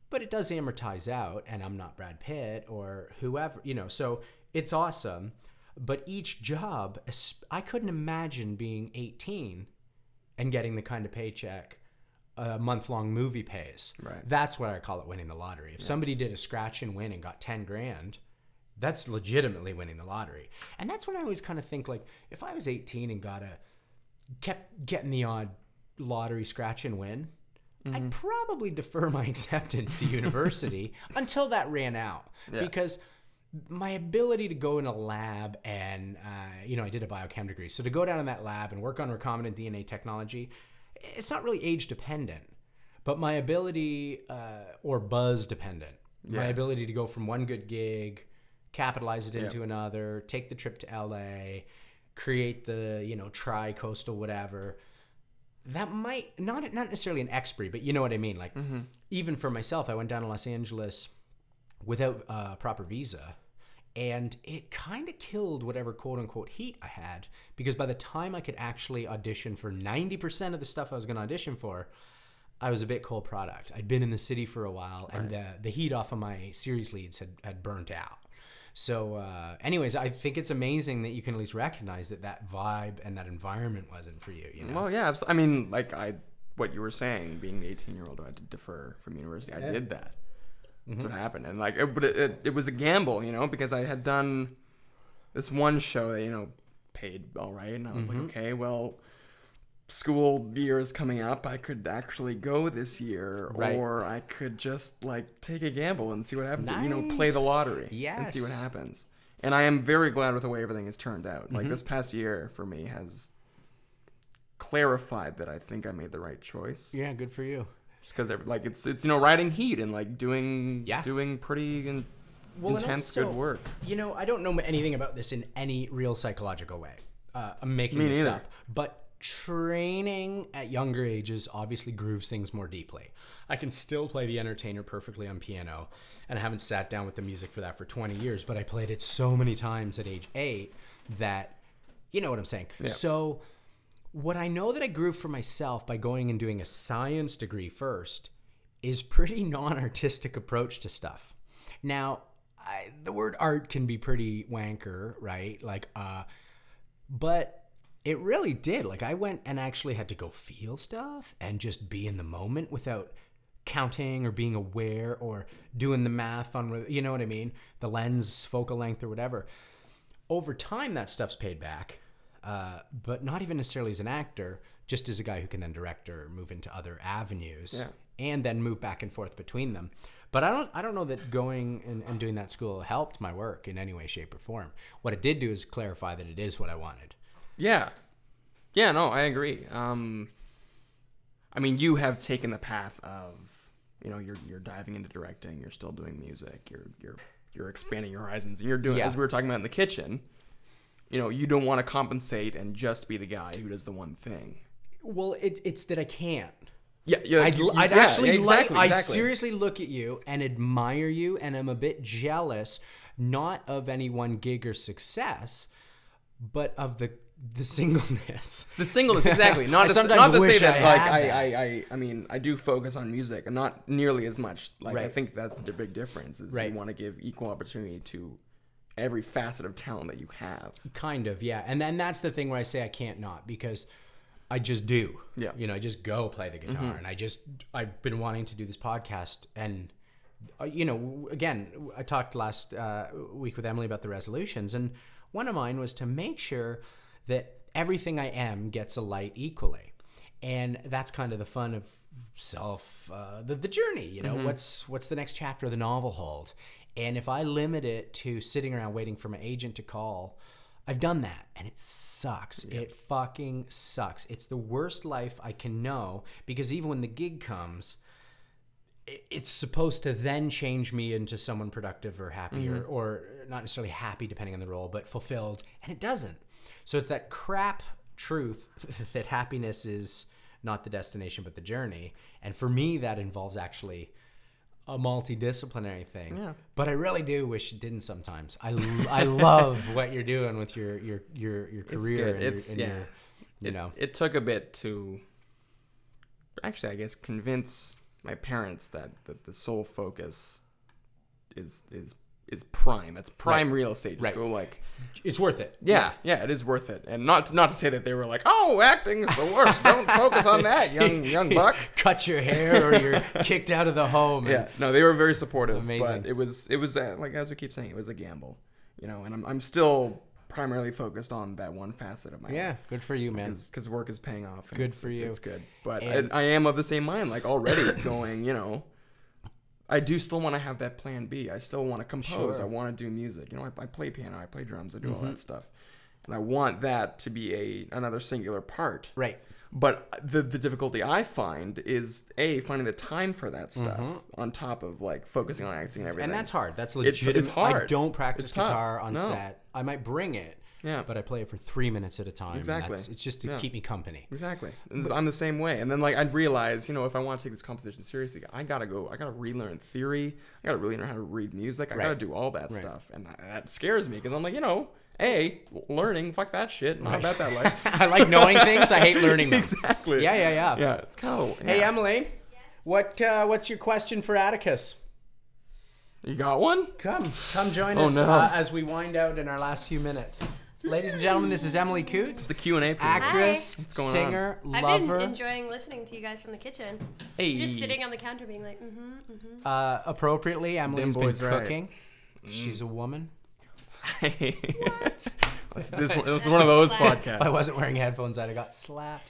but it does amortize out and I'm not Brad Pitt or whoever, you know. So it's awesome, but each job es- I couldn't imagine being 18 and getting the kind of paycheck a month-long movie pays.
Right.
That's what I call it winning the lottery. If somebody did a scratch and win and got 10 grand, that's legitimately winning the lottery. And that's when I always kind of think like if I was 18 and got a kept getting the odd lottery scratch and win, I'd probably defer my acceptance to university until that ran out because my ability to go in a lab and uh, you know I did a biochem degree, so to go down in that lab and work on recombinant DNA technology, it's not really age dependent, but my ability uh, or buzz dependent. My
Yes.
ability to go from one good gig, capitalize it into another, take the trip to LA, create the you know tri coastal whatever that might not not necessarily an expiry, but you know what I mean. Like even for myself, I went down to Los Angeles without a proper visa, and it kind of killed whatever quote unquote heat I had because by the time I could actually audition for ninety percent of the stuff I was going to audition for. I was a bit cold product. I'd been in the city for a while, and the, the heat off of my series leads had, had burnt out. So, uh, anyways, I think it's amazing that you can at least recognize that that vibe and that environment wasn't for you. You know,
Well, yeah. abso- I mean, like I, what you were saying, being the 18 year old, I had to defer from university. I did that. That's
Mm-hmm.
what happened, and like, it, but it, it, it was a gamble, you know, because I had done this one show that you know paid all right, and I was
Mm-hmm.
like, okay, well, school year is coming up. I could actually go this year,
Right.
or I could just like take a gamble and see what happens. You know, play the
Nice.
lottery and see what
Yes.
happens. And I am very glad with the way everything has turned out.
Mm-hmm.
Like this past year for me has clarified that I think I made the right choice.
yeah, good for you.
Just because like it's it's you know riding heat and like doing
Yeah.
doing pretty in,
Well, and
intense
also-
good work.
You know, I don't know anything about this in any real psychological way. Uh, I'm making
Me
this
neither.
up, but training at younger ages obviously grooves things more deeply. I can still play The Entertainer perfectly on piano, and I haven't sat down with the music for that for 20 years, but I played it so many times at age eight that you know what I'm saying. So, what I know that I grew for myself by going and doing a science degree first is pretty non-artistic approach to stuff. Now, I, the word art can be pretty wanker, right? Like, uh, but it really did. Like, I went and actually had to go feel stuff and just be in the moment without counting or being aware or doing the math on, whe- you know what I mean? The lens, focal length, or whatever over time that stuff's paid back uh, but not even necessarily as an actor just as a guy who can then direct or move into other avenues
Yeah.
and then move back and forth between them but i don't i don't know that going and, and doing that school helped my work in any way shape or form what it did do is clarify that it is what i wanted
Yeah. Yeah, no, I agree. Um I mean, you have taken the path of, you know, you're you're diving into directing, you're still doing music, you're you're you're expanding your horizons and you're doing
Yeah.
as we were talking about in the kitchen. You know, you don't want to compensate and just be the guy who does the one thing.
well it, it's that i can't
Yeah, yeah,
I'd,
you-
I'd
yeah,
actually
exactly,
like. I
exactly.
seriously look at you and admire you, and I'm a bit jealous, not of any one gig or success, but of the the singleness.
The singleness, exactly.
I
Not to,
sometimes
not to
wish
say that,
I
like,
had
I,
that.
I, I, I mean, I do focus on music, and not nearly as much. Like, I
Right.
think that's the big difference. Is
Right.
you want to give equal opportunity to every facet of talent that you have.
kind of, yeah. And then that's the thing where I say I can't not because I just do.
Yeah.
You know, I just go play the guitar, and I just I've been wanting to do this podcast, and uh, you know, w- again, I talked last uh, week with Emily about the resolutions, and one of mine was to make sure that everything I am gets a light equally. And that's kind of the fun of self, uh, the, the journey. You know, what's what's the next chapter of the novel hold? And if I limit it to sitting around waiting for my agent to call, I've done that and it sucks. It fucking sucks. It's the worst life I can know because even when the gig comes, i- it's supposed to then change me into someone productive or happy or,
Mm-hmm.
or not necessarily happy depending on the role but fulfilled and it doesn't so it's that crap truth that happiness is not the destination but the journey and for me that involves actually a multidisciplinary thing
Yeah.
but i really do wish it didn't sometimes i, l- I love what you're doing with your your your, your career
good.
and your-
It's-
and
yeah.
your, you
It-
know
it took a bit to, actually, I guess, convince my parents that that the sole focus is is is prime. That's prime real estate. Just
Right.
go like.
it's worth it
Yeah, yeah, it is worth it, and not not to say that they were like, "Oh, acting is the worst. Don't focus on that, young young buck."
cut your hair or you're kicked out of the home and-
Yeah, no, they were very supportive.
Amazing.
But it was it was uh, like as we keep saying, it was a gamble, you know. And I'm I'm still primarily focused on that one facet of my
Yeah, good for you, man.
because work is paying off. and
Good
it's-
for
it's-
you.
It's good, but
And-
I, I am of the same mind. Like already going, you know, I do still want to have that plan B. I still want to compose.
Sure. Mm-hmm.
I want to do music. You know, I, I play piano. I play drums. I do all that stuff, and I want that to be a another singular part.
Right.
But the the difficulty I find is a finding the time for that stuff on top of like focusing on acting and everything.
Mm-hmm. And that's hard. That's
It's- it's
legitimate. I
hard.
don't practice
It's tough.
guitar on
No.
set. I might bring it,
Yeah.
but I play it for three minutes at a time. and
Exactly.
that's- It's just to
Yeah.
keep me company.
Exactly. And I'm the same way. And then like I'd realize, you know, if I want to take this composition seriously, I gotta go. I gotta relearn theory. I gotta really learn how to read music. I gotta do all that stuff. And that, that scares me because I'm like, you know, a learning, fuck that shit. I'm Not about that life.
I like knowing things. I hate learning them.
exactly.
Yeah, yeah, yeah.
Yeah. It's kind of.
Hey, um,
yeah.
Emily, what uh, what's your question for Atticus?
You got one?
Come, come join
Oh,
us
no.
uh, as we wind out in our last few minutes. Ladies and gentlemen, this is Emily
It's
Coots,
the Q and A.
actress,
going on?
singer,
I've
lover.
been enjoying listening to you guys from the kitchen.
Hey.
Just sitting on the counter being like, mm-hmm, mm-hmm.
uh, appropriately, Emily's been
boys right. Mm.
cooking. She's a woman.
what? This, this, one- this is one of those podcasts.
If I wasn't wearing headphones, I'd have got slapped.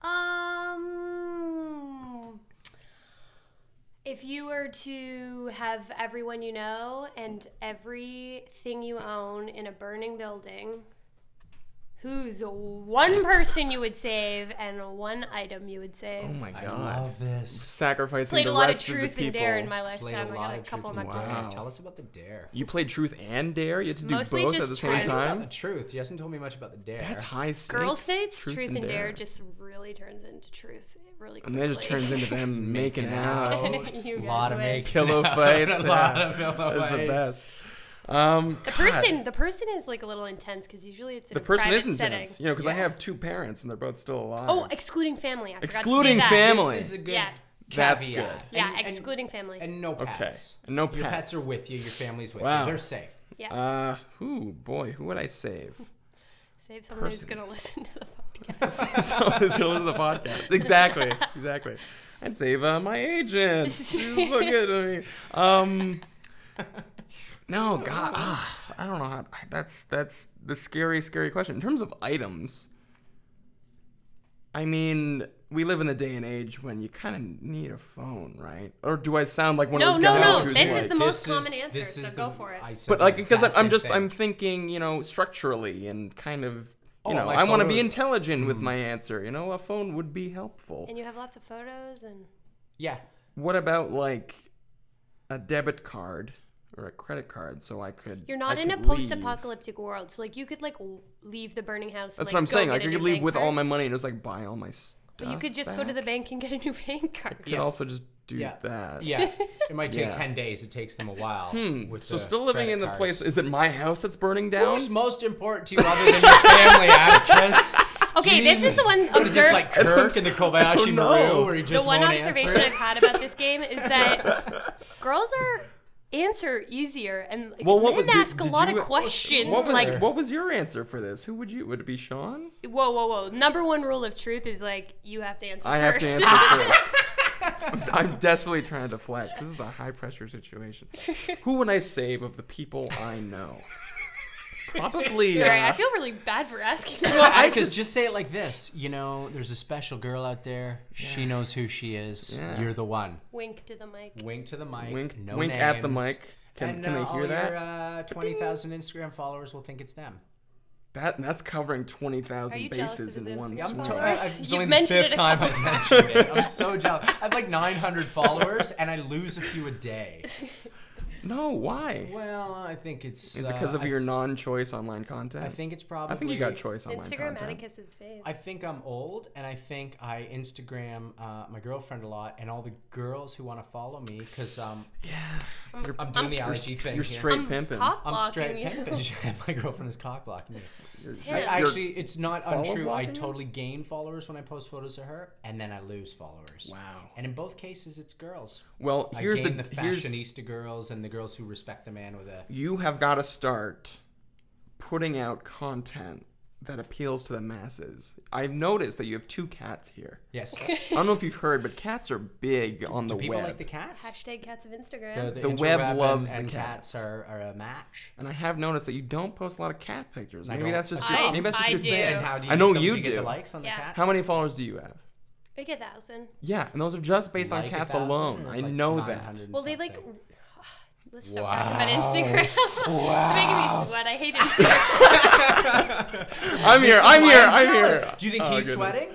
Um, if you were to have everyone you know and everything you own in a burning building, who's one person you would save and one item you would save?
Oh my
I
god.
love this.
Sacrificing
Played
the
a lot of
rest
truth
the
and
people.
dare in my
Played
lifetime.
a
I
lot
got
of
a
truth
couple on
and
my
Dare.
Wow.
bucket.
Tell us about the dare.
You played truth and dare. You had to do
Mostly
both at
just
the same
truth.
About the
time.
truth. He hasn't told me much about the dare.
That's high stakes.
Girls' dates, truth, and, dare. just really turns into truth. It really
and then it just turns into them making out.
You guys
lot of
wish.
make
Pillow fights.
A lot
yeah.
of pillow
That's
fights.
the best. Um,
The
God,
person, the person is like a little intense because usually it's in
The
a
person
private
is intense.
setting.
You know, because I
Yeah.
have two parents and they're both still alive.
Oh, excluding family. I forgot to say
Excluding
that.
family.
This is a good
Yeah.
caveat.
That's good.
Yeah,
And- and-
excluding family.
And no
Okay.
pets.
And no
Your
pets.
pets are with you. Your family's with
Wow.
you. They're safe.
yeah,
Uh, who boy, who would I save?
save someone who's
person.
gonna listen to the podcast.
save someone who's going to the podcast. Exactly, exactly. I'd save uh, my agent. She's so good to me. Um, no, God, ah, I don't know how. That's that's the scary, scary question. In terms of items, I mean, we live in the day and age when you kind of need a phone, right? Or do I sound like one
No,
of those
Oh, no,
guys
no,
who's
this is
like?
the most common answer,
this
so
is
go
the-
for it.
I said
But
the
like, because
exact
I'm
same
just
thing.
I'm thinking, you know, structurally and kind of, you
Oh,
know,
my Hmm.
I want to be
photo-
intelligent with my answer. You know, a phone would be helpful.
and you have lots of photos and
yeah.
What about like a debit card or a credit card, so I could?
you're not
I
in a
could leave.
post-apocalyptic world, so like you could like w- leave the burning house.
That's
and,
what I'm
go
saying.
get
Like,
a
I
new
could leave
bank
with all
card,
my money and just like buy all my stuff.
But you could just go to the
back.
bank and get a new bank card.
Could also just do
Yeah.
that.
Yeah. It might take
Yeah. Hmm.
10 days. It takes them a while. with
So
the
still living
credit
in the
cards.
place. Is it my house that's burning down?
Who's most important to you other than your family, Atticus?
Okay, this is the
Jesus.
one
What is this
observe-
like Kirk in the Kobayashi
don't know.
Maru, where he
The
just
one
won't
observation I've
answer?
had about this game is that girls are answer easier and like,
Well, what would-
men
did-
ask a
did
lot
you-
of questions.
What was
like,
there?
what was your answer for this? Who would you? Would it be Sean?
whoa, whoa, whoa! Number one rule of truth is like you have to answer
I have
first.
to answer first. I'm I'm desperately trying to deflect. This is a high pressure situation. Who would I save of the people I know? Probably.
Sorry,
uh,
I feel really bad for asking.
Well,
That.
Atticus, just say it like this. You know, there's a special girl out there. She knows who she is.
Yeah.
You're the one.
Wink to the mic.
Wink to the mic.
Wink-
no
wink at the
names.
mic. Can-
and,
can
uh,
they hear
all
that?
Your, uh, Twenty thousand Instagram followers will think it's them.
That that's covering twenty
Are you
thousand
jealous
bases
of his
in one
Instagram
swoop.
Of follower?
I- I-
course,
it's
you've
only the
mentioned
fifth
it a
time
couple
I've mentioned it. I'm so jealous. I have like 900 followers, and I lose a few a day.
No, why?
Well, I think it's.
Is it because
uh,
of
I-
your non-choice online content?
I think it's probably.
I think you got choice online
Instagram
content.
Atticus's face.
I think I'm old, and I think I Instagram uh, my girlfriend a lot, and all the girls who want to follow me because um,
You're,
I'm doing the
you're
allergy
st-
thing.
you're
here.
straight
I'm
pimping.
cock
I'm straight
blocking you.
pimping. my girlfriend is cock blocking me.
You're-
I-
You're-
actually, it's not
follow
untrue. I
blocking her?
totally gain followers when I post photos of her, and then I lose followers.
Wow.
And in both cases, it's girls.
Well,
I
here's the,
gain the,
here's
fashionista girls and the girls who respect the man with a.
you have got to start putting out content that appeals to the masses. I've noticed that you have two cats here.
Yes.
I don't know if you've heard, but cats are big on the
Do people
web.
like the cats?
Hashtag cats of
The,
Instagram.
the,
The
interweb
web
and-
loves the
and
cats.
are, are a match.
and I have noticed that you don't post a lot of cat pictures. Maybe
don't.
that's just
I-
maybe that's
I
just your
do.
thing.
And how do you
I know
get them?
you
do. You get
do.
the likes on
Yeah.
the cats?
How many followers do you have?
Like a thousand.
Yeah, and those are just based
Like
on
a
cats
thousand
alone.
or
I
like
know
900
that.
and
Well, they like.
something?
Let's stop talking about Instagram. it's making me sweat. I hate Instagram.
I'm here.
This is
I'm
why
here. I'm
jealous.
here.
Do you think
Oh,
he's
goodness.
sweating?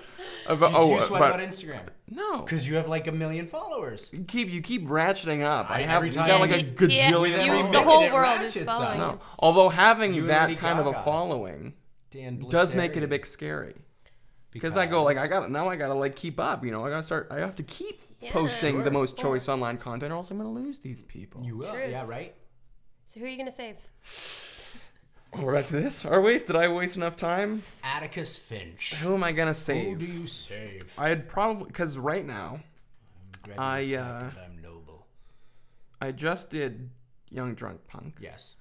Of-
Do,
oh,
you sweat
but-
about Instagram?
No.
Because you have like a million followers.
You keep you keep ratcheting up. I
I-
have
every
you
time
got like a
I-
Yeah,
gajillion.
you-
followers.
the whole
It
world is
ratchets
following.
up.
No. Although having
You and
that
Lady
kind of a
Gaga.
following
Dan
does make it a
Bilzerian.
bit scary. Because I go like I got to now I gotta like keep up. You know I gotta start. I have to keep
Yeah.
posting the
Sure.
most choice online content, or else I'm gonna lose these people.
You will.
Truth.
Yeah, right?
So who are you gonna save?
Oh, we're back to this, are we? Did I waste enough time?
Atticus Finch.
Who am I
Who
gonna
Oh, do
save?
you save?
I'd probably because right now
Gregory
I,
Peck
uh,
and I'm noble.
I just did Young Drunk Punk,
Yes.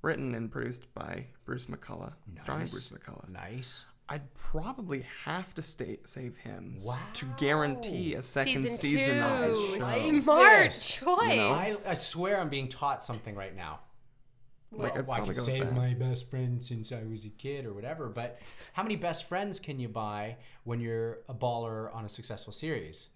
written and produced by Bruce McCullough, starring
Nice.
Bruce McCullough.
Nice.
I'd probably have to stay, save him s- to
Wow.
guarantee a second
Season,
season on
two.
this show.
Nice.
Smart
Yes.
choice.
You know?
I, I swear I'm being taught something right now.
Like, I'd
Well, I
probably
can
go with
save
that.
my best friend since I was a kid or whatever, but how many best friends can you buy when you're a baller on a successful series?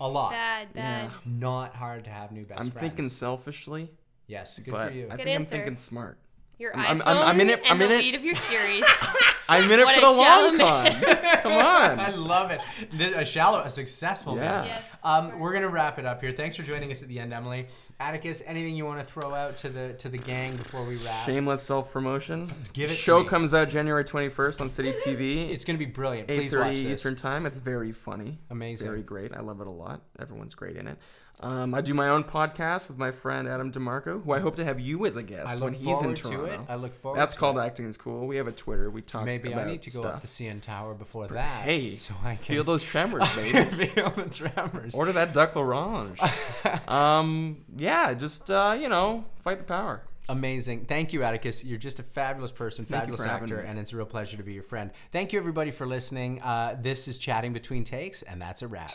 A lot.
Bad,
Yeah.
bad.
Not hard to have new best
I'm
friends.
thinking selfishly,
Yes, good
but
for you.
I think I'm
answer.
thinking smart.
your iPhone
I'm- I'm- I'm in it- I'm
and
in
the
it.
lead of your series.
I'm in it
What
for
a
the long con.
shallow
Come on.
I love it. Th- A shallow, a successful
Yeah.
man.
Yes,
Um,
smart.
we're gonna wrap it up here. Thanks for joining us at the end, Emily. Atticus, anything you want to throw out to the to the gang before we wrap?
Shameless self promotion.
Give it to
Show
me.
comes out January 21st on City TV.
It's gonna be brilliant. Please watch
8:30
this.
Eastern Time. It's very funny.
Amazing.
Very great. I love it a lot. Everyone's great in it. Um, I do my own podcast with my friend Adam DeMarco, who I hope to have you as a guest
I look
when he's in
forward
Toronto.
to it. I look forward.
That's
to
called
it.
acting is cool. We have a Twitter. We talk
Maybe
about
I need to go up
stuff.
the CN Tower before that.
Hey,
so I can
feel those tremors, baby.
feel the tremors.
Order that duck l'orange. um, yeah, just uh, you know, fight the power.
Amazing. Thank you, Atticus. You're just a fabulous person,
Thank you
fabulous
for having
actor,
me.
and it's a real pleasure to be your friend. Thank you, everybody, for listening. Uh, this is Chatting Between Takes, and that's a wrap.